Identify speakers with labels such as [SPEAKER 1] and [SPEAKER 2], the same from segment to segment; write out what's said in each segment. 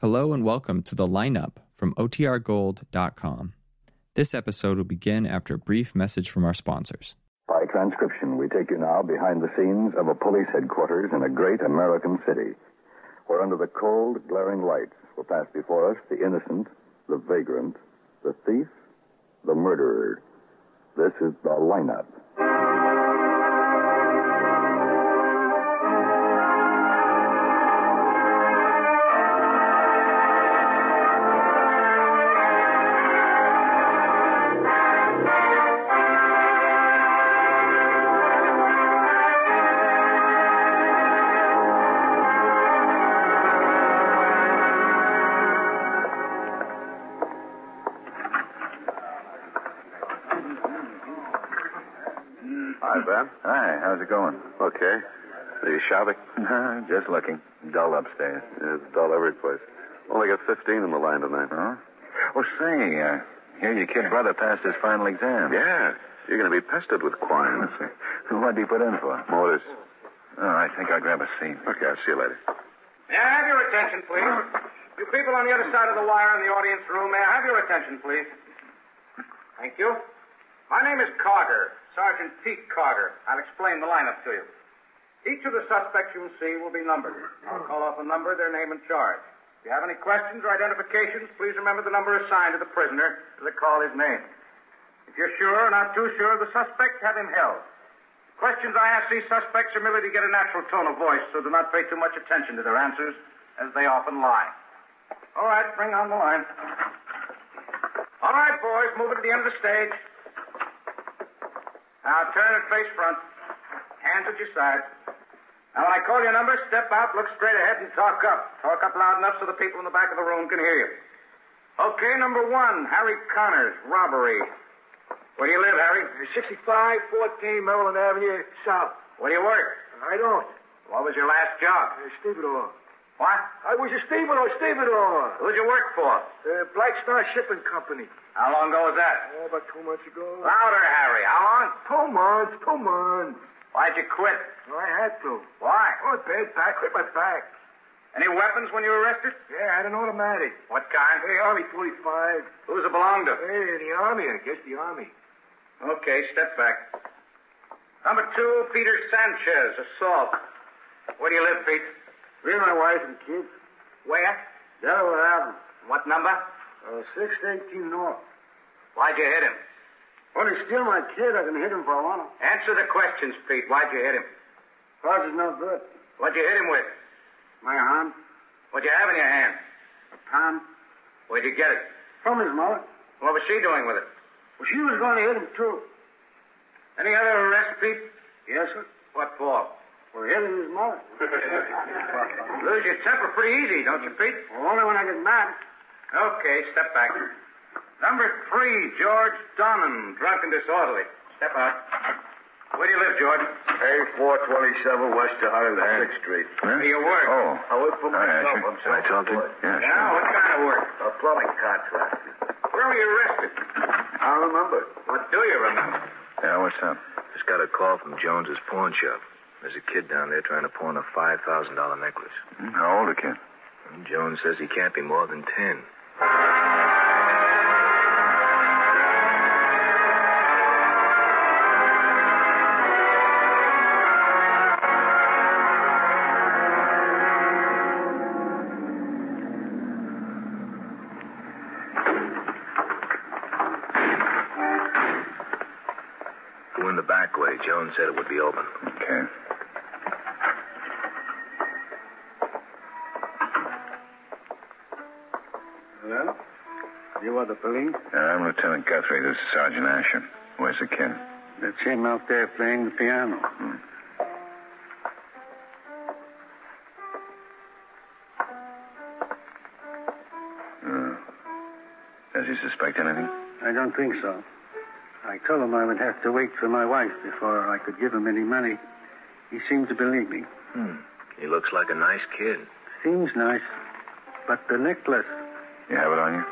[SPEAKER 1] Hello and welcome to the lineup from OTRGold.com. This episode will begin after a brief message from our sponsors.
[SPEAKER 2] By transcription, we take you now behind the scenes of a police headquarters in a great American city, where under the cold, glaring lights will pass before us the innocent, the vagrant, the thief, the murderer. This is the lineup.
[SPEAKER 3] Hi, Ben. Hi, how's it going? Okay. Are you shopping? Just looking. Dull upstairs. it's dull every place. Only got 15 in the line tonight. Huh? Oh, say, uh, here your kid brother passed his final exam. Yeah. You're going to be pestered with quine. What'd he put in for? Motors. Oh, I think I'll grab a seat. Okay, I'll see you later.
[SPEAKER 4] May I have your attention, please? You people on the other side of the wire in the audience room, may I have your attention, please? Thank you. My name is Carter, Sergeant Pete Carter. I'll explain the lineup to you. Each of the suspects you will see will be numbered. I'll call off a number, their name, and charge. If you have any questions or identifications, please remember the number assigned to the prisoner as I call his name. If you're sure or not too sure of the suspect, have him held. Questions I ask these suspects are merely to get a natural tone of voice, so do not pay too much attention to their answers, as they often lie. All right, bring on the line. All right, boys, move it to the end of the stage. Now turn it face front. Hands at your side. Now, when I call your number, step out, look straight ahead, and talk up. Talk up loud enough so the people in the back of the room can hear you. Okay, number one, Harry Connors, robbery. Where do you live, Harry?
[SPEAKER 5] 6514 Uh, Maryland Avenue, South.
[SPEAKER 4] Where do you work?
[SPEAKER 5] I don't.
[SPEAKER 4] What was your last job?
[SPEAKER 5] Uh, stevedore.
[SPEAKER 4] What?
[SPEAKER 5] I was a stevedore, stevedore.
[SPEAKER 4] Who'd you work for?
[SPEAKER 5] Uh, Black Star Shipping Company.
[SPEAKER 4] How long ago was that?
[SPEAKER 5] Oh, about two months ago.
[SPEAKER 4] Louder, Harry. How long?
[SPEAKER 5] Two months, two months.
[SPEAKER 4] Why'd you quit?
[SPEAKER 5] Well, I had to.
[SPEAKER 4] Why?
[SPEAKER 5] Oh, bad back, hurt my back.
[SPEAKER 4] Any weapons when you were arrested?
[SPEAKER 5] Yeah, I had an automatic.
[SPEAKER 4] What kind?
[SPEAKER 5] Hey, Army 45.
[SPEAKER 4] Who's it belong to?
[SPEAKER 5] Hey, the Army, I guess the Army.
[SPEAKER 4] Okay, step back. Number two, Peter Sanchez, assault. Where do you live, Pete?
[SPEAKER 5] Me and my wife and kids.
[SPEAKER 4] Where?
[SPEAKER 5] Delaware Avenue.
[SPEAKER 4] What number?
[SPEAKER 5] Uh, 618 North.
[SPEAKER 4] Why'd you hit him?
[SPEAKER 5] When he steal my kid, I can hit him for a while.
[SPEAKER 4] Answer the questions, Pete. Why'd you hit him?
[SPEAKER 5] Cause is no good.
[SPEAKER 4] What'd you hit him with?
[SPEAKER 5] My arm,
[SPEAKER 4] What'd you have in your hand?
[SPEAKER 5] a palm,
[SPEAKER 4] Where'd you get it?
[SPEAKER 5] from his mother.
[SPEAKER 4] What was she doing with it?
[SPEAKER 5] Well, she was going to hit him, too.
[SPEAKER 4] Any other arrests, Pete?
[SPEAKER 5] Yes, sir.
[SPEAKER 4] What for?
[SPEAKER 5] We're hitting his mother.
[SPEAKER 4] Lose your temper pretty easy, don't you, Pete?
[SPEAKER 5] Well, only when I get mad.
[SPEAKER 4] Okay, step back. Number three, George Donnan, drunk and disorderly. Step out. Where do you live, George?
[SPEAKER 3] A427 West to Highland. 6th Street. Huh?
[SPEAKER 4] Do you work?
[SPEAKER 3] Oh.
[SPEAKER 5] I work for myself. I'm
[SPEAKER 3] Can I talk to you? Yeah,
[SPEAKER 4] Yeah, what kind of work?
[SPEAKER 5] A plumbing contract.
[SPEAKER 4] Where were you arrested?
[SPEAKER 5] I don't remember.
[SPEAKER 4] What do you remember?
[SPEAKER 3] Yeah, what's up?
[SPEAKER 6] Just got a call from Jones's pawn shop. There's a kid down there trying to pawn a $5,000 necklace.
[SPEAKER 3] Hmm, How old a kid?
[SPEAKER 6] And Jones says he can't be more than 10. Go in the back way. Jones said it would be open.
[SPEAKER 3] Okay.
[SPEAKER 5] Well, you are the police?
[SPEAKER 3] Yeah, I'm Lieutenant Guthrie. This is Sergeant Asher. Where's the kid?
[SPEAKER 5] That's him out there playing the piano.
[SPEAKER 4] Hmm.
[SPEAKER 3] Does he suspect anything?
[SPEAKER 5] I don't think so. I told him I would have to wait for my wife before I could give him any money. He seemed to believe me.
[SPEAKER 6] Hmm. He looks like a nice kid.
[SPEAKER 5] Seems nice, but the necklace
[SPEAKER 3] You have it on you?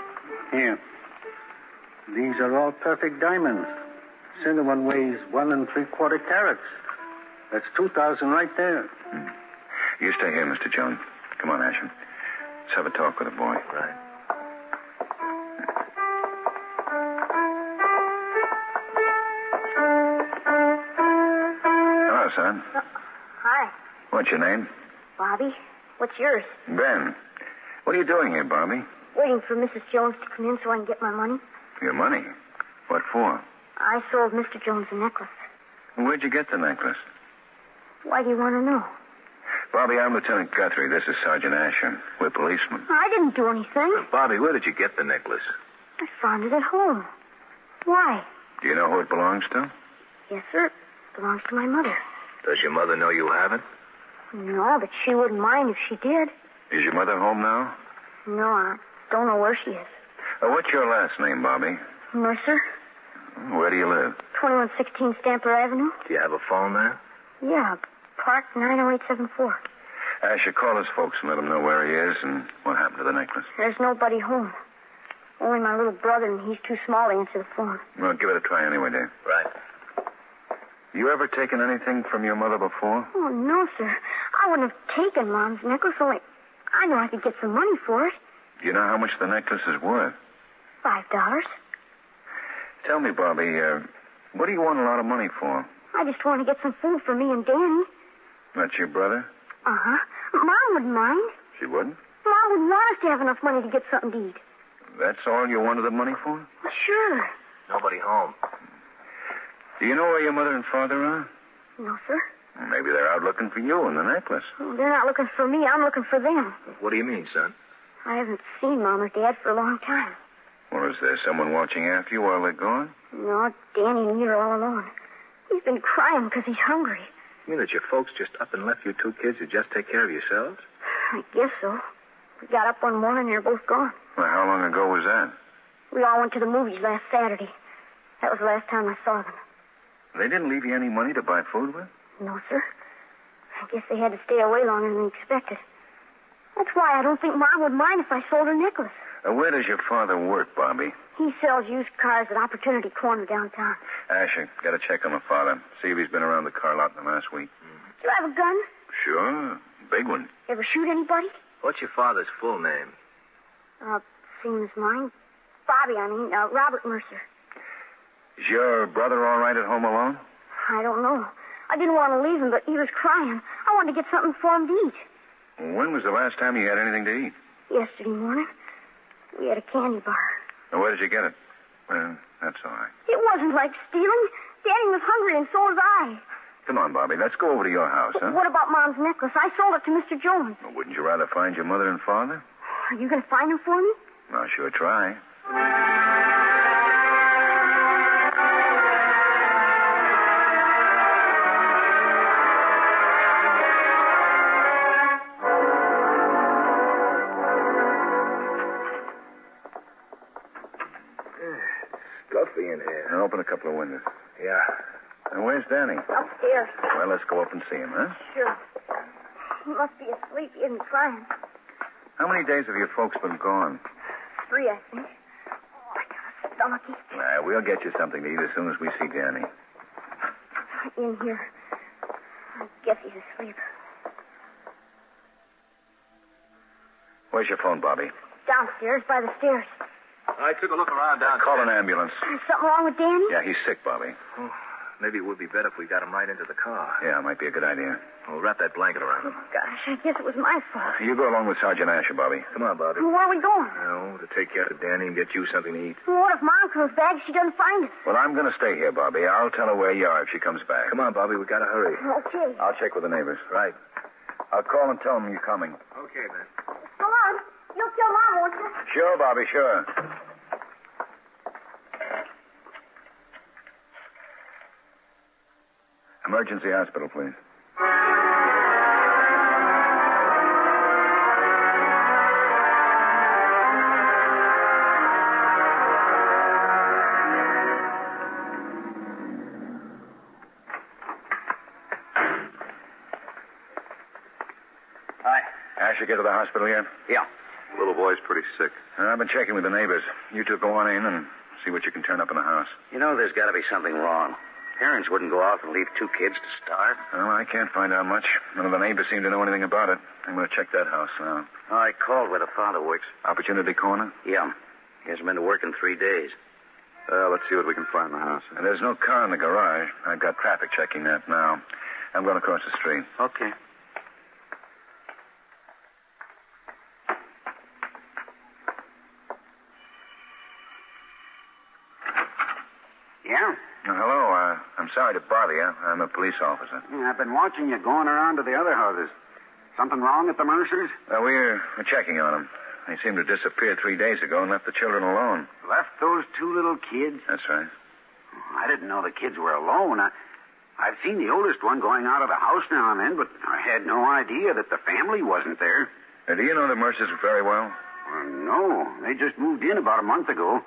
[SPEAKER 5] here. These are all perfect diamonds. Center one weighs one and three quarter carats. That's two thousand right there.
[SPEAKER 3] You stay here, Mr. Jones. Come on, Asham.
[SPEAKER 4] Let's have a talk with the boy.
[SPEAKER 6] Right.
[SPEAKER 4] Hello, son.
[SPEAKER 7] Hi,
[SPEAKER 4] What's your name?
[SPEAKER 7] Bobby. What's yours?
[SPEAKER 4] Ben. What are you doing here, Bobby?
[SPEAKER 7] Waiting for Mrs. Jones to come in so I can get my money.
[SPEAKER 4] Your money. What for?
[SPEAKER 7] I sold Mr. Jones a necklace.
[SPEAKER 4] Where'd you get the necklace?
[SPEAKER 7] Why do you want to know?
[SPEAKER 4] Bobby, I'm Lieutenant Guthrie. This is Sergeant Asher. We're policemen.
[SPEAKER 7] I didn't do anything.
[SPEAKER 6] Bobby, where did you get the necklace?
[SPEAKER 7] I found it at home. Why?
[SPEAKER 4] Do you know who it belongs to?
[SPEAKER 7] Yes, sir. It belongs to my mother.
[SPEAKER 6] Does your mother know you have it?
[SPEAKER 7] No, but she wouldn't mind if she did.
[SPEAKER 4] Is your mother home now?
[SPEAKER 7] No, I don't know where she is.
[SPEAKER 4] Uh, what's your last name, Bobby?
[SPEAKER 7] Mercer,
[SPEAKER 4] Where do you live?
[SPEAKER 7] 2116 Stamper Avenue.
[SPEAKER 6] Do you have a phone there?
[SPEAKER 7] Yeah, oh Park 90874.
[SPEAKER 4] Asher, call his folks and let them know where he is and what happened to the necklace.
[SPEAKER 7] There's nobody home. Only my little brother, and he's too small to answer the phone.
[SPEAKER 4] Well, give it a try anyway, Dave.
[SPEAKER 6] Right.
[SPEAKER 4] You ever taken anything from your mother before?
[SPEAKER 7] Oh, no, sir. I wouldn't have taken Mom's necklace, only I know I could get some money for it.
[SPEAKER 4] Do you know how much the necklace is worth?
[SPEAKER 7] Five dollars.
[SPEAKER 4] Tell me, Bobby, uh, what do you want a lot of money for?
[SPEAKER 7] I just want to get some food for me and Danny.
[SPEAKER 4] That's your brother?
[SPEAKER 7] Uh huh. Mom wouldn't mind.
[SPEAKER 4] She wouldn't?
[SPEAKER 7] Mom would want us to have enough money to get something to eat.
[SPEAKER 4] That's all you wanted the money for?
[SPEAKER 7] Well, sure.
[SPEAKER 6] Nobody home.
[SPEAKER 4] Do you know where your mother and father are?
[SPEAKER 7] No, sir.
[SPEAKER 4] Maybe they're out looking for you and the necklace.
[SPEAKER 7] They're not looking for me. I'm looking for them.
[SPEAKER 6] What do you mean, son?
[SPEAKER 7] I haven't seen Mom or Dad for a long time.
[SPEAKER 4] Well, is there someone watching after you while they're gone?
[SPEAKER 7] No, Danny and me are all alone. He's been crying because he's hungry.
[SPEAKER 6] You mean that your folks just up and left you two kids to just take care of yourselves?
[SPEAKER 7] I guess so. We got up one morning and they're both gone.
[SPEAKER 4] Well, how long ago was that?
[SPEAKER 7] We all went to the movies last Saturday. That was the last time I saw them.
[SPEAKER 4] They didn't leave you any money to buy food with?
[SPEAKER 7] No, sir. I guess they had to stay away longer than expected. That's why I don't think Mom would mind if I sold her necklace.
[SPEAKER 4] Uh, where does your father work, Bobby?
[SPEAKER 7] He sells used cars at Opportunity Corner downtown.
[SPEAKER 4] Asher, got to check on the father. See if he's been around the car lot in the last week.
[SPEAKER 7] Do you have a gun?
[SPEAKER 4] Sure. Big one.
[SPEAKER 7] Ever shoot anybody?
[SPEAKER 6] What's your father's full name?
[SPEAKER 7] Uh, same as mine. Bobby, I mean, uh, Robert Mercer.
[SPEAKER 4] Is your brother all right at home alone?
[SPEAKER 7] I don't know. I didn't want to leave him, but he was crying. I wanted to get something for him to eat.
[SPEAKER 4] When was the last time you had anything to eat?
[SPEAKER 7] Yesterday morning, we had a candy bar.
[SPEAKER 4] And where did you get it? Well, that's all right.
[SPEAKER 7] It wasn't like stealing. Danny was hungry, and so was I.
[SPEAKER 4] Come on, Bobby. Let's go over to your house, huh?
[SPEAKER 7] But What about Mom's necklace? I sold it to Mr. Jones.
[SPEAKER 4] Well, Wouldn't you rather find your mother and father?
[SPEAKER 7] Are you going to find him for me?
[SPEAKER 4] I'll sure try.
[SPEAKER 6] Stuffy in here.
[SPEAKER 4] Now open a couple of windows.
[SPEAKER 6] Yeah.
[SPEAKER 4] Now, where's Danny?
[SPEAKER 7] Upstairs.
[SPEAKER 4] Well, let's go up and see him, huh?
[SPEAKER 7] Sure. He must be asleep. He isn't crying.
[SPEAKER 4] How many days have your folks been gone?
[SPEAKER 7] Three, I think. Oh, I got a stomachache.
[SPEAKER 4] Nah, we'll get you something to eat as soon as we see Danny.
[SPEAKER 7] In here. I guess he's asleep.
[SPEAKER 4] Where's your phone, Bobby?
[SPEAKER 7] Downstairs by the stairs.
[SPEAKER 6] I took a look around down.
[SPEAKER 4] Call an ambulance.
[SPEAKER 7] Is something wrong with Danny?
[SPEAKER 4] Yeah, he's sick, Bobby.
[SPEAKER 6] Maybe it would be better if we got him right into the car.
[SPEAKER 4] Yeah, might be a good idea.
[SPEAKER 6] We'll wrap that blanket around him.
[SPEAKER 7] Gosh, I guess it was my fault.
[SPEAKER 4] You go along with Sergeant Asher, Bobby.
[SPEAKER 6] Come on, Bobby.
[SPEAKER 7] Where are we going?
[SPEAKER 6] No, to take care of Danny and get you something to eat.
[SPEAKER 7] What if Mom comes back? She doesn't find us.
[SPEAKER 4] Well, I'm going to stay here, Bobby. I'll tell her where you are if she comes back.
[SPEAKER 6] Come on, Bobby. We gotta hurry.
[SPEAKER 7] Okay.
[SPEAKER 4] I'll check with the neighbors. Right. I'll call and tell them you're coming.
[SPEAKER 6] Okay, man.
[SPEAKER 7] Come on. You'll kill Mom, won't you?
[SPEAKER 4] Sure, Bobby, sure. Emergency hospital, please.
[SPEAKER 8] Hi.
[SPEAKER 4] Asher, get to the hospital yet?
[SPEAKER 8] Yeah.
[SPEAKER 4] Little boy's pretty sick. Uh, I've been checking with the neighbors. You two go on in and see what you can turn up in the house.
[SPEAKER 8] You know, there's got to be something wrong.
[SPEAKER 9] Parents wouldn't go off and leave two kids to starve.
[SPEAKER 4] Well, I can't find out much. None of the neighbors seem to know anything about it. I'm going to check that house now.
[SPEAKER 9] Oh, I called where the father works.
[SPEAKER 4] Opportunity Corner?
[SPEAKER 9] Yeah. He hasn't been to work in three days.
[SPEAKER 4] Uh, let's see what we can find in the house. there's no car in the garage. I've got traffic checking that now. I'm going across the street.
[SPEAKER 9] Okay. Yeah?
[SPEAKER 4] Uh, hello. Uh, I'm sorry to bother you. I'm a police officer.
[SPEAKER 5] I've been watching you going around to the other houses. Something wrong at the Mercers?
[SPEAKER 4] Uh, we're, we're checking on them. They seem to have disappeared three days ago and left the children alone.
[SPEAKER 5] Left those two little kids?
[SPEAKER 4] That's right.
[SPEAKER 5] I didn't know the kids were alone. I, I've seen the oldest one going out of the house now and then, but I had no idea that the family wasn't there.
[SPEAKER 4] Uh, do you know the Mercers very well?
[SPEAKER 5] Well, no, they just moved in about a month ago.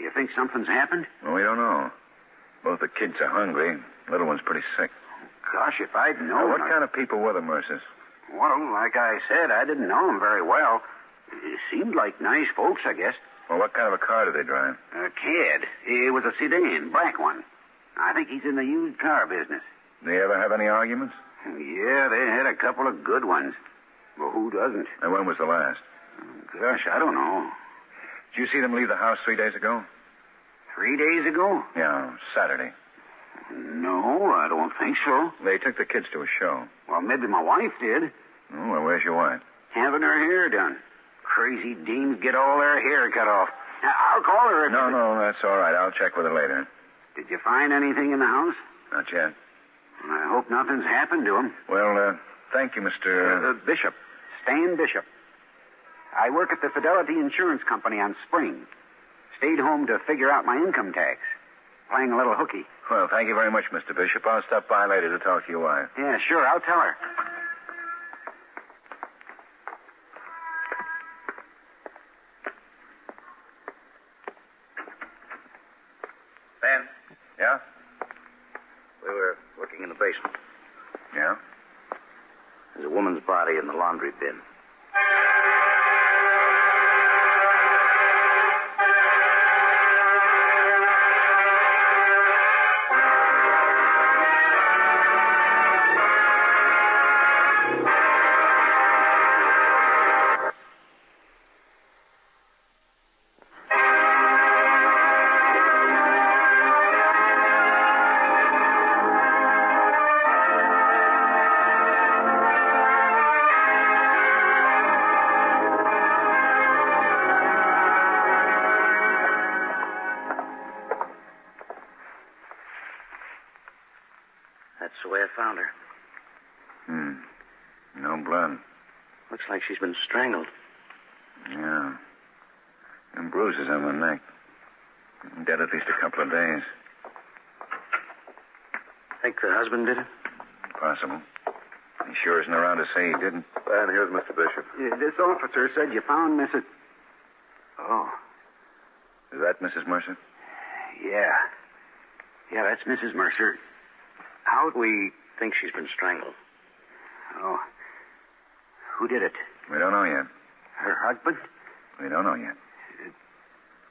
[SPEAKER 5] You think something's happened?
[SPEAKER 4] Well, we don't know. Both the kids are hungry. Little one's pretty sick.
[SPEAKER 5] Gosh, if I'd
[SPEAKER 4] Uh,
[SPEAKER 5] known.
[SPEAKER 4] what
[SPEAKER 5] I-
[SPEAKER 4] kind of people were the Mercers?
[SPEAKER 5] Well, like I said, I didn't know them very well. They seemed like nice folks, I guess.
[SPEAKER 4] Well, what kind of a car do they drive?
[SPEAKER 5] A kid. It was a sedan, black one. I think he's in the used car business.
[SPEAKER 4] Do they ever have any arguments?
[SPEAKER 5] Yeah, they had a couple of good ones. Well, who doesn't?
[SPEAKER 4] And when was the last?
[SPEAKER 5] Gosh, I don't know.
[SPEAKER 4] Did you see them leave the house three days ago?
[SPEAKER 5] Three days ago?
[SPEAKER 4] Yeah, Saturday.
[SPEAKER 5] No, I don't think so.
[SPEAKER 4] They took the kids to a show.
[SPEAKER 5] Well, maybe my wife did.
[SPEAKER 4] Oh, well, where's your wife?
[SPEAKER 5] Having her hair done. Crazy deans get all their hair cut off. Now, I'll call her if.
[SPEAKER 4] No, no, that's all right. I'll check with her later.
[SPEAKER 5] Did you find anything in the house?
[SPEAKER 4] Not yet.
[SPEAKER 5] I hope nothing's happened to him.
[SPEAKER 4] Well, uh, thank you, uh, Mr.
[SPEAKER 5] Bishop. Stan Bishop. I work at the Fidelity Insurance Company on Spring. Stayed home to figure out my income tax. Playing a little hooky.
[SPEAKER 4] Well, thank you very much, Mr. Bishop. I'll stop by later to talk to your wife.
[SPEAKER 5] Yeah, sure, I'll tell her.
[SPEAKER 9] Ben,
[SPEAKER 4] Yeah?
[SPEAKER 9] we were working in the basement.
[SPEAKER 4] Yeah?
[SPEAKER 9] There's a woman's body in the laundry bin. That's the way I found her.
[SPEAKER 4] Hmm. No blood.
[SPEAKER 9] Looks like she's been strangled.
[SPEAKER 4] Yeah. And bruises on the neck. Dead at least a couple of days.
[SPEAKER 9] Think the husband did it?
[SPEAKER 4] Possible. He sure isn't around to say he didn't. And here's Mr. Bishop.
[SPEAKER 5] This officer said you found Mrs. Oh,
[SPEAKER 4] Is that Mrs. Mercer?
[SPEAKER 5] yeah. Yeah, that's Mrs. Mercer.
[SPEAKER 9] How'd we think she's been strangled?
[SPEAKER 5] Oh. Who did it?
[SPEAKER 4] We don't know yet.
[SPEAKER 5] Her husband?
[SPEAKER 4] We don't know yet.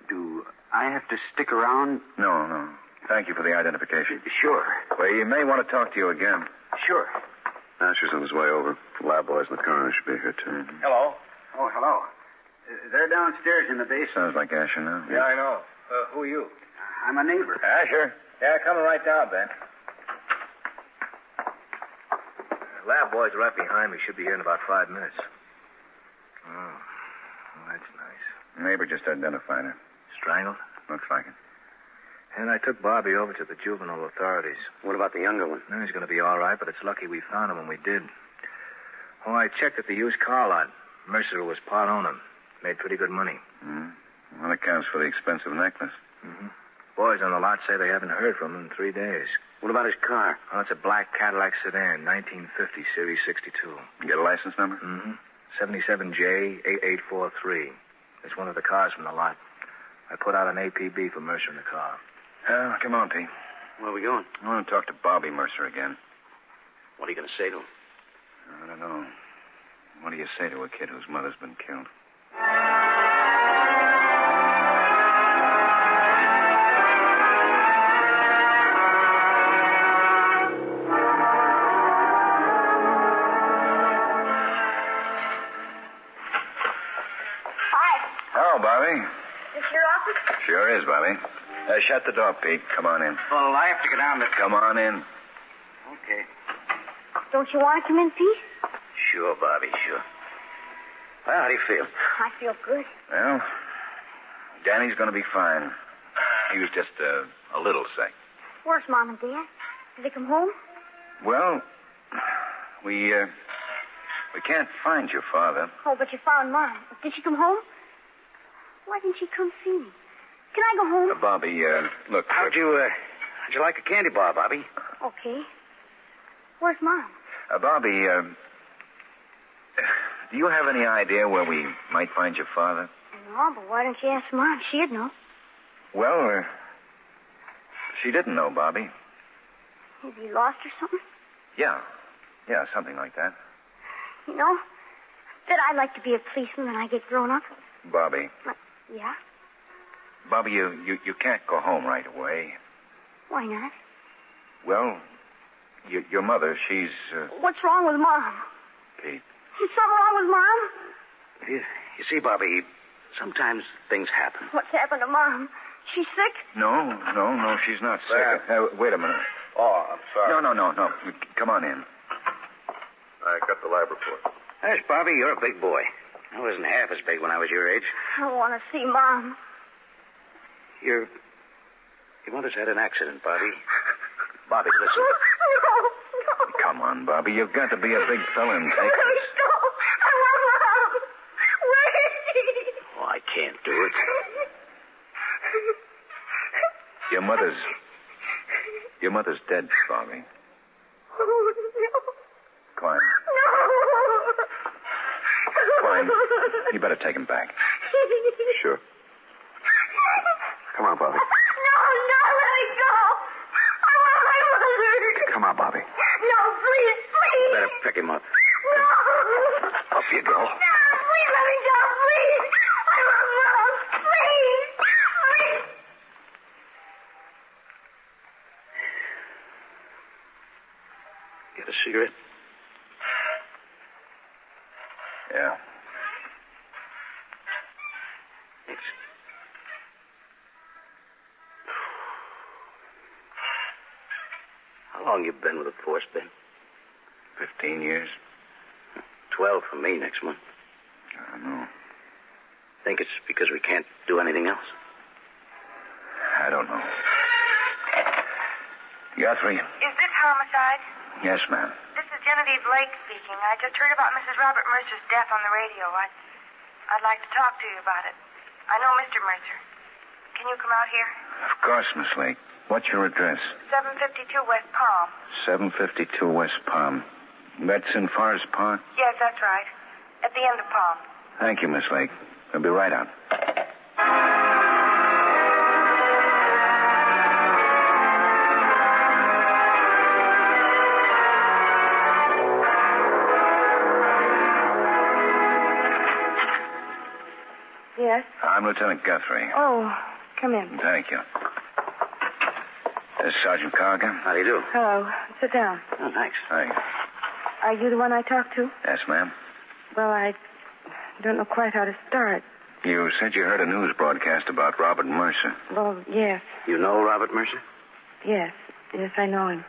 [SPEAKER 5] Do I have to stick around?
[SPEAKER 4] No, no. Thank you for the identification.
[SPEAKER 5] Sure.
[SPEAKER 4] Well, he may want to talk to you again.
[SPEAKER 5] Sure.
[SPEAKER 4] Asher's on his way over. Lab boys in the coroner should be here, too.
[SPEAKER 3] Mm-hmm.
[SPEAKER 5] Hello. Oh, hello. Uh, They're downstairs in the basement.
[SPEAKER 4] Sounds like Asher now.
[SPEAKER 5] I know. Uh, who are you? I'm a neighbor.
[SPEAKER 4] Asher?
[SPEAKER 6] Ah, Yeah, coming right down, Ben. Uh, Lab boys are right behind me. Should be here in about five minutes. Oh, well, that's nice.
[SPEAKER 4] Neighbor just identified her.
[SPEAKER 6] Strangled?
[SPEAKER 4] Looks like it.
[SPEAKER 6] And I took Bobby over to the juvenile authorities.
[SPEAKER 9] What about the younger one?
[SPEAKER 6] Now he's going to be all right, but it's lucky we found him when we did. Oh, I checked at the used car lot. Mercer was part owner. Made pretty good money.
[SPEAKER 4] Hmm. Well, that accounts for the expensive necklace.
[SPEAKER 6] Mm-hmm. Boys on the lot say they haven't heard from him in three days.
[SPEAKER 9] What about his car?
[SPEAKER 6] Oh, it's a black Cadillac sedan, 1950, Series 62.
[SPEAKER 4] You get a license number?
[SPEAKER 6] Mm-hmm. 77J8843. It's one of the cars from the lot. I put out an APB for Mercer in the car.
[SPEAKER 4] Oh, come on, Pete.
[SPEAKER 9] Where are we going?
[SPEAKER 4] I want to talk to Bobby Mercer again.
[SPEAKER 9] What are you going to say to him?
[SPEAKER 4] I don't know. What do you say to a kid whose mother's been killed? Hello, Bobby.
[SPEAKER 7] This your office?
[SPEAKER 4] Sure is, Bobby. Uh, shut the door, Pete. Come on in.
[SPEAKER 8] Well, I have to go down to.
[SPEAKER 4] Come on in.
[SPEAKER 8] Okay.
[SPEAKER 7] Don't you want to come in, Pete?
[SPEAKER 10] Sure, Bobby, sure.
[SPEAKER 4] Well, how do you feel?
[SPEAKER 7] I feel good.
[SPEAKER 4] Well, Danny's going to be fine. He was just uh, a little sick.
[SPEAKER 7] Where's Mom and Dad? Did they come home?
[SPEAKER 4] Well, we uh, we can't find your father.
[SPEAKER 7] Oh, but you found Mom. Did she come home? Why didn't she come see me? Can I go home?
[SPEAKER 4] Uh, Bobby, uh, look.
[SPEAKER 10] How'd you, uh, how'd you like a candy bar, Bobby?
[SPEAKER 7] Okay. Where's Mom?
[SPEAKER 4] Uh, Bobby, uh, do you have any idea where we might find your father?
[SPEAKER 7] I know, but why don't you ask Mom? She'd know.
[SPEAKER 4] Well, uh, she didn't know, Bobby.
[SPEAKER 7] Is he lost or something?
[SPEAKER 4] Yeah, yeah, something like that.
[SPEAKER 7] You know, that I'd like to be a policeman when I get grown up.
[SPEAKER 4] Bobby,
[SPEAKER 7] Yeah?
[SPEAKER 4] Bobby, you, you, you can't go home right away.
[SPEAKER 7] Why not?
[SPEAKER 4] Well, your your mother, she's uh,
[SPEAKER 7] What's wrong with Mom?
[SPEAKER 4] Pete.
[SPEAKER 7] Is something wrong with Mom?
[SPEAKER 10] You, you see, Bobby, sometimes things happen.
[SPEAKER 7] What's happened to Mom? She's sick?
[SPEAKER 4] No, no, no, she's not sick. Uh, wait a minute.
[SPEAKER 10] Oh, I'm sorry.
[SPEAKER 4] No, no, no, no. Come on in.
[SPEAKER 3] I got the lab report.
[SPEAKER 10] Yes, Bobby, you're a big boy. I wasn't half as big when I was your age.
[SPEAKER 7] I want to see Mom.
[SPEAKER 10] Your, your mother's had an accident, Bobby. Bobby, listen.
[SPEAKER 7] No, no.
[SPEAKER 4] Come on, Bobby. You've got to be a big fella and take this.
[SPEAKER 7] No, I want Mom. Wait.
[SPEAKER 10] Oh, I can't do it.
[SPEAKER 4] Your mother's. Your mother's dead, Bobby.
[SPEAKER 7] Oh, no.
[SPEAKER 4] Klein. Klein, you better take him back.
[SPEAKER 3] Sure. Come on, Bobby.
[SPEAKER 7] No, no, let me go. I want my mother.
[SPEAKER 3] Come on, Bobby.
[SPEAKER 7] No, please, please.
[SPEAKER 10] Better pick him up.
[SPEAKER 7] No.
[SPEAKER 10] Up you go.
[SPEAKER 7] No, please let me go, please. I want Mom, please. Please.
[SPEAKER 10] Get a cigarette.
[SPEAKER 4] Yeah.
[SPEAKER 10] Thanks. How long you been with the force, Ben?
[SPEAKER 4] Fifteen years.
[SPEAKER 10] Twelve for me next month.
[SPEAKER 4] I don't know.
[SPEAKER 10] Think it's because we can't do anything else?
[SPEAKER 4] I don't know. Guthrie.
[SPEAKER 11] Is this homicide?
[SPEAKER 4] Yes, ma'am.
[SPEAKER 11] This is Genevieve Blake speaking. I just heard about Mrs. Robert Mercer's death on the radio. I, I'd like to talk to you about it. I know Mr. Mercer. Can you come out here?
[SPEAKER 4] Of course, Miss Lake. What's your address?
[SPEAKER 11] 752 West Palm.
[SPEAKER 4] 752 West Palm. That's in Forest Park.
[SPEAKER 11] Yes, that's right. At the end of Palm.
[SPEAKER 4] Thank you, Miss Lake. I'll be right out.
[SPEAKER 11] Yes?
[SPEAKER 4] I'm Lieutenant Guthrie.
[SPEAKER 11] Oh, come in.
[SPEAKER 4] Thank you. This is Sergeant Carger.
[SPEAKER 10] How do you do?
[SPEAKER 11] Hello. Sit down.
[SPEAKER 10] Oh, thanks.
[SPEAKER 4] Thanks.
[SPEAKER 11] Are you the one I talked to?
[SPEAKER 4] Yes, ma'am.
[SPEAKER 11] Well, I don't know quite how to start.
[SPEAKER 4] You said you heard a news broadcast about Robert Mercer.
[SPEAKER 11] Well, yes.
[SPEAKER 10] You know Robert Mercer?
[SPEAKER 11] Yes. Yes, I know him.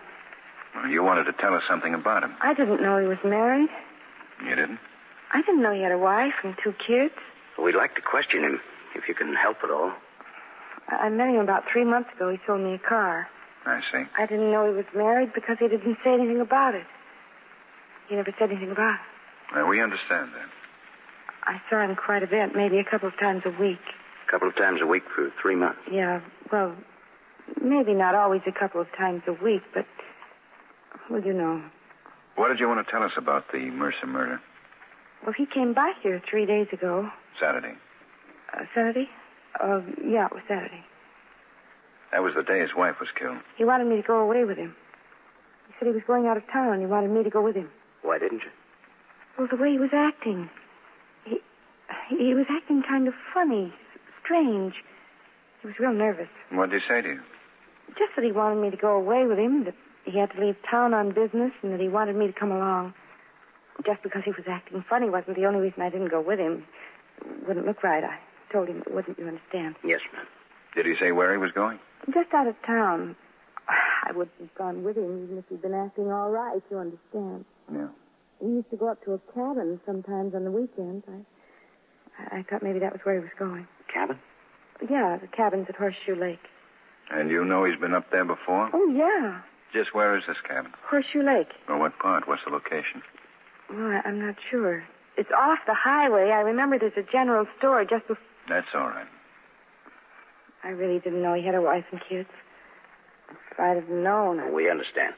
[SPEAKER 4] You wanted to tell us something about him.
[SPEAKER 11] I didn't know he was married.
[SPEAKER 4] You didn't?
[SPEAKER 11] I didn't know he had a wife and two kids.
[SPEAKER 10] We'd like to question him, if you can help at all.
[SPEAKER 11] I I met him about three months ago. He sold me a car.
[SPEAKER 4] I see.
[SPEAKER 11] I didn't know he was married because he didn't say anything about it. He never said anything about it.
[SPEAKER 4] Uh, we understand that.
[SPEAKER 11] I saw him quite a bit, maybe a couple of times a week.
[SPEAKER 10] A couple of times a week for three months.
[SPEAKER 11] Yeah, well, maybe not always a couple of times a week, but, well, you know.
[SPEAKER 4] What did you want to tell us about the Mercer murder?
[SPEAKER 11] Well, he came by here three days ago.
[SPEAKER 4] Saturday.
[SPEAKER 11] Uh, Saturday? Uh, yeah, it was Saturday.
[SPEAKER 4] That was the day his wife was killed.
[SPEAKER 11] He wanted me to go away with him. He said he was going out of town and he wanted me to go with him.
[SPEAKER 10] Why didn't you?
[SPEAKER 11] Well, the way he was acting. He, he was acting kind of funny, s- strange. He was real nervous.
[SPEAKER 4] What did he say to you?
[SPEAKER 11] Just that he wanted me to go away with him, that he had to leave town on business, and that he wanted me to come along. Just because he was acting funny wasn't the only reason I didn't go with him. It wouldn't look right. I,
[SPEAKER 7] told him it wouldn't, you understand.
[SPEAKER 12] Yes, ma'am. Did he say where he was going?
[SPEAKER 7] Just out of town. I would have gone with him even if he'd been acting all right, you understand.
[SPEAKER 12] Yeah.
[SPEAKER 7] We used to go up to a cabin sometimes on the weekends. I, I thought maybe that was where he was going.
[SPEAKER 12] Cabin?
[SPEAKER 7] Yeah, the cabin's at Horseshoe Lake.
[SPEAKER 4] And you know he's been up there before?
[SPEAKER 7] Oh, yeah,
[SPEAKER 4] Just where is this cabin?
[SPEAKER 7] Horseshoe Lake.
[SPEAKER 4] Or what part? What's the location?
[SPEAKER 7] Well, I, I'm not sure. It's off the highway. I remember there's a general store just before.
[SPEAKER 4] That's all right.
[SPEAKER 7] I really didn't know he had a wife and kids. If I'd have known. I...
[SPEAKER 12] We understand.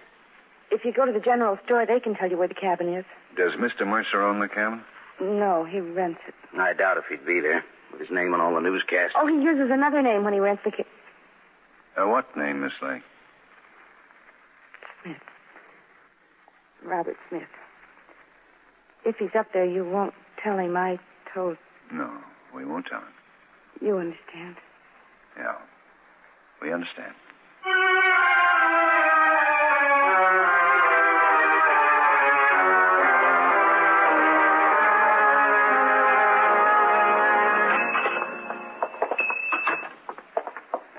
[SPEAKER 7] If you go to the general store, they can tell you where the cabin is.
[SPEAKER 4] Does Mr. Mercer own the cabin?
[SPEAKER 7] No, he rents it.
[SPEAKER 12] I doubt if he'd be there with his name on all the newscasts.
[SPEAKER 7] Oh, he uses another name when he rents the ca-
[SPEAKER 4] Uh, what name, Miss Lake?
[SPEAKER 7] Robert Smith. If he's up there, you won't tell him I told
[SPEAKER 4] No, we won't tell him.
[SPEAKER 7] you, understand?
[SPEAKER 4] Yeah. We understand.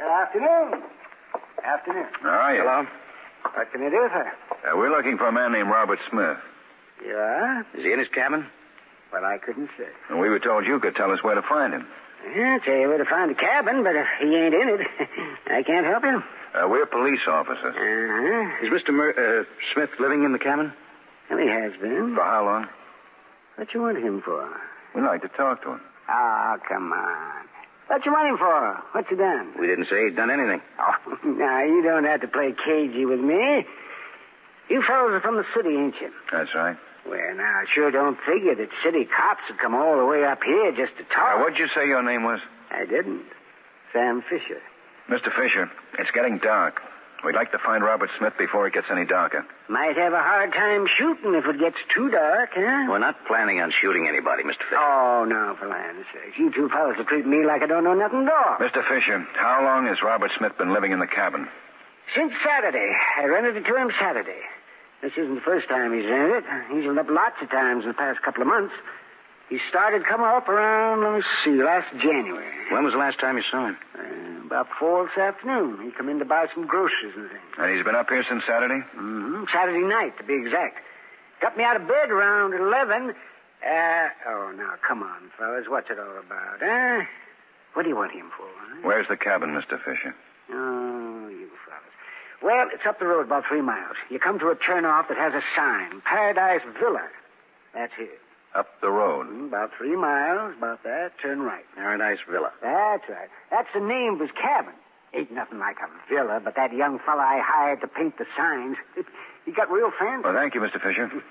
[SPEAKER 5] Uh, afternoon. Afternoon.
[SPEAKER 4] How are you? Hello.
[SPEAKER 5] What can I do for
[SPEAKER 4] Uh, we're looking for a man named Robert Smith.
[SPEAKER 5] you? Yeah?
[SPEAKER 4] Is he in his cabin?
[SPEAKER 5] Well, I couldn't say.
[SPEAKER 4] And we were told you could tell us where to find him.
[SPEAKER 5] Yeah, I'll tell you where to find the cabin, but if he ain't in it, I can't help him.
[SPEAKER 4] Uh, we're police officers.
[SPEAKER 5] Uh-huh.
[SPEAKER 4] Is Mr. Mer- uh, Smith living in the cabin?
[SPEAKER 5] Well, he has been.
[SPEAKER 4] For how long?
[SPEAKER 5] What you want him for?
[SPEAKER 4] We'd like to talk to him.
[SPEAKER 5] Ah, come on. What you want him for? What's he done?
[SPEAKER 12] We didn't say he'd done anything.
[SPEAKER 5] Oh, now, you don't have to play cagey with me. You fellows are from the city, ain't you?
[SPEAKER 4] That's right.
[SPEAKER 5] Well, now, I sure don't figure that city cops would come all the way up here just to talk.
[SPEAKER 4] Uh, what'd you say your name was?
[SPEAKER 5] I didn't. Sam Fisher.
[SPEAKER 4] Mr. Fisher, it's getting dark. We'd like to find Robert Smith before it gets any darker.
[SPEAKER 5] Might have a hard time shooting if it gets too dark, huh?
[SPEAKER 12] We're not planning on shooting anybody, Mr. Fisher.
[SPEAKER 5] Oh, no, for land's sake. You two fellas are treating me like I don't know nothing at all.
[SPEAKER 4] Mr. Oh. Fisher, how long has Robert Smith been living in the cabin?
[SPEAKER 5] Since Saturday. I rented it to him Saturday. This isn't the first time he's rented it. He's rented up lots of times in the past couple of months. He started coming up around, let me see, last January.
[SPEAKER 12] When was the last time you saw him?
[SPEAKER 5] Uh, about four this afternoon. He come in to buy some groceries and things.
[SPEAKER 4] And he's been up here since Saturday?
[SPEAKER 5] Mm-hmm. Saturday night, to be exact. Got me out of bed around 11. Uh, oh, now, come on, fellas. What's it all about, huh? What do you want him for, huh?
[SPEAKER 4] Where's the cabin, Mr. Fisher?
[SPEAKER 5] Oh, you fellas. Well, it's up the road about three miles. You come to a turnoff that has a sign, Paradise Villa. That's it.
[SPEAKER 4] Up the road.
[SPEAKER 5] Mm, About three miles, about that, turn right.
[SPEAKER 12] Paradise Villa.
[SPEAKER 5] That's right. That's the name of his cabin. Ain't nothing like a villa, but that young fella I hired to paint the signs, he got real fancy.
[SPEAKER 4] Well, thank you, Mr. Fisher.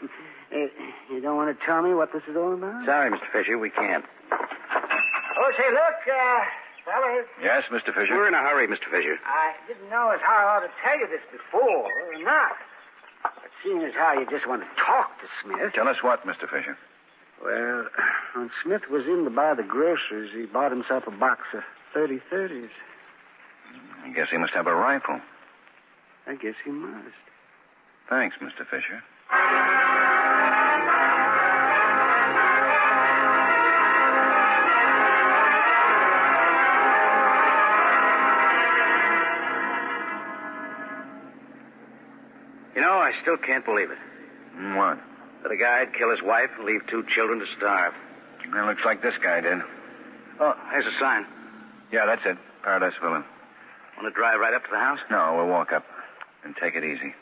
[SPEAKER 5] Eh, you don't want to tell me what this is all about?
[SPEAKER 12] Sorry, Mr. Fisher, we can't.
[SPEAKER 5] Oh, say, look, uh, fellas,
[SPEAKER 4] Yes, Mr. Fisher.
[SPEAKER 12] We're in a hurry, Mr. Fisher.
[SPEAKER 5] I didn't know as how I ought to tell you this before or not. But seeing as how you just want to talk to Smith.
[SPEAKER 4] Tell us what, Mr. Fisher.
[SPEAKER 5] Well, when Smith was in to buy the groceries, he bought himself a box of 30 30s.
[SPEAKER 4] I guess he must have a rifle.
[SPEAKER 5] I guess he must.
[SPEAKER 4] Thanks, Mr. Fisher.
[SPEAKER 12] You know, I still can't believe it.
[SPEAKER 4] Mm, What?
[SPEAKER 12] That a guy'd kill his wife and leave two children to starve.
[SPEAKER 4] It looks like this guy did.
[SPEAKER 12] Oh, here's a sign.
[SPEAKER 4] Yeah, that's it. Paradise Villa.
[SPEAKER 12] Want to drive right up to the house?
[SPEAKER 4] No, we'll walk up and take it easy.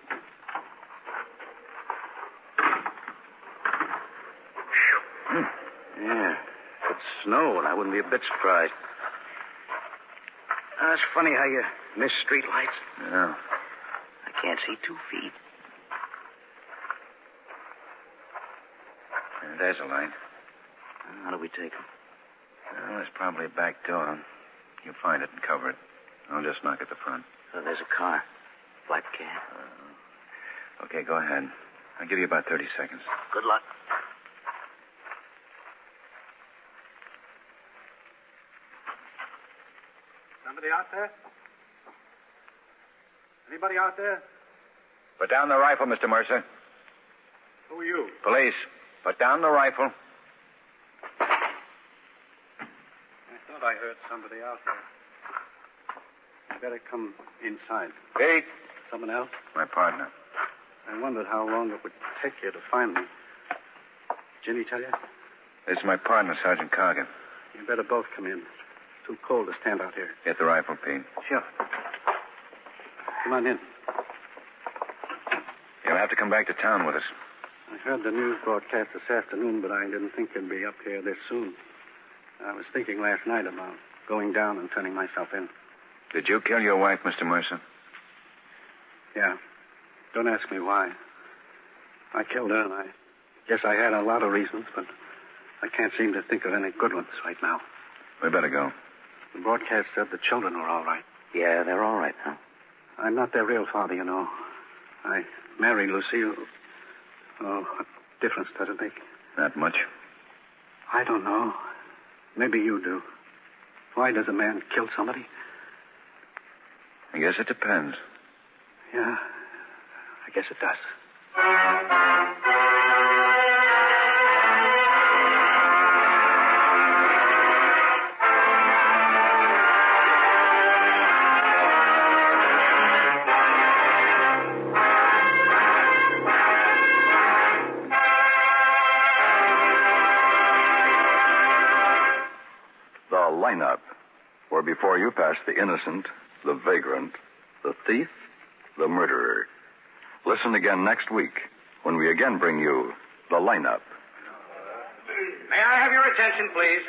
[SPEAKER 12] Yeah. If it snowed, I wouldn't be a bit surprised. Ah, it's funny how you miss street lights.
[SPEAKER 4] Yeah.
[SPEAKER 12] I can't see two feet.
[SPEAKER 4] Yeah, There's a light.
[SPEAKER 12] How do we take them?
[SPEAKER 4] Well, there's probably a back door. You'll find it and cover it. I'll just knock at the front.
[SPEAKER 12] Oh, there's a car. Black cab.
[SPEAKER 4] Uh, Okay, go ahead. I'll give you about 30 seconds.
[SPEAKER 12] Good luck.
[SPEAKER 6] Somebody out there? Anybody out there?
[SPEAKER 4] Put down the rifle, Mr. Mercer.
[SPEAKER 6] Who are you?
[SPEAKER 4] Police, put down the rifle.
[SPEAKER 5] thought I heard somebody out there. You better come inside.
[SPEAKER 13] Pete.
[SPEAKER 5] Someone else?
[SPEAKER 13] My partner.
[SPEAKER 5] I wondered how long it would take you to find me. Ginny tell you?
[SPEAKER 13] This is my partner, Sergeant Cargan.
[SPEAKER 5] You better both come in. Too cold to stand out here.
[SPEAKER 13] Get the rifle, Pete.
[SPEAKER 5] Sure. Come on in.
[SPEAKER 13] You'll have to come back to town with us.
[SPEAKER 5] I heard the news broadcast this afternoon, but I didn't think you'd be up here this soon. I was thinking last night about going down and turning myself in.
[SPEAKER 13] Did you kill your wife, Mr. Mercer?
[SPEAKER 5] Yeah. Don't ask me why. I killed her, and I guess I had a lot of reasons, but I can't seem to think of any good ones right now.
[SPEAKER 13] We better go.
[SPEAKER 5] The broadcast said the children were all right.
[SPEAKER 14] Yeah, they're all right now.
[SPEAKER 5] I'm not their real father, you know. I married Lucille. Oh, what difference does it make?
[SPEAKER 13] Not much.
[SPEAKER 5] I don't know. Maybe you do. Why does a man kill somebody?
[SPEAKER 13] I guess it depends.
[SPEAKER 5] Yeah, I guess it does.
[SPEAKER 3] The lineup, where before you pass the innocent, the vagrant, the thief, the murderer. Listen again next week when we again bring you the lineup.
[SPEAKER 4] May I have your attention, please?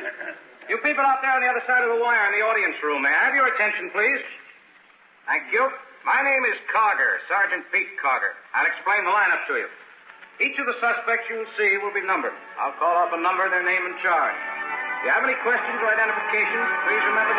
[SPEAKER 4] You people out there on the other side of the wire in the audience room, may I have your attention, please? Thank you. My name is Cogger, Sergeant Pete Cogger. I'll explain the lineup to you. Each of the suspects you will see will be numbered. I'll call off a number, their name, and charge. If you have any questions or identifications, please remember the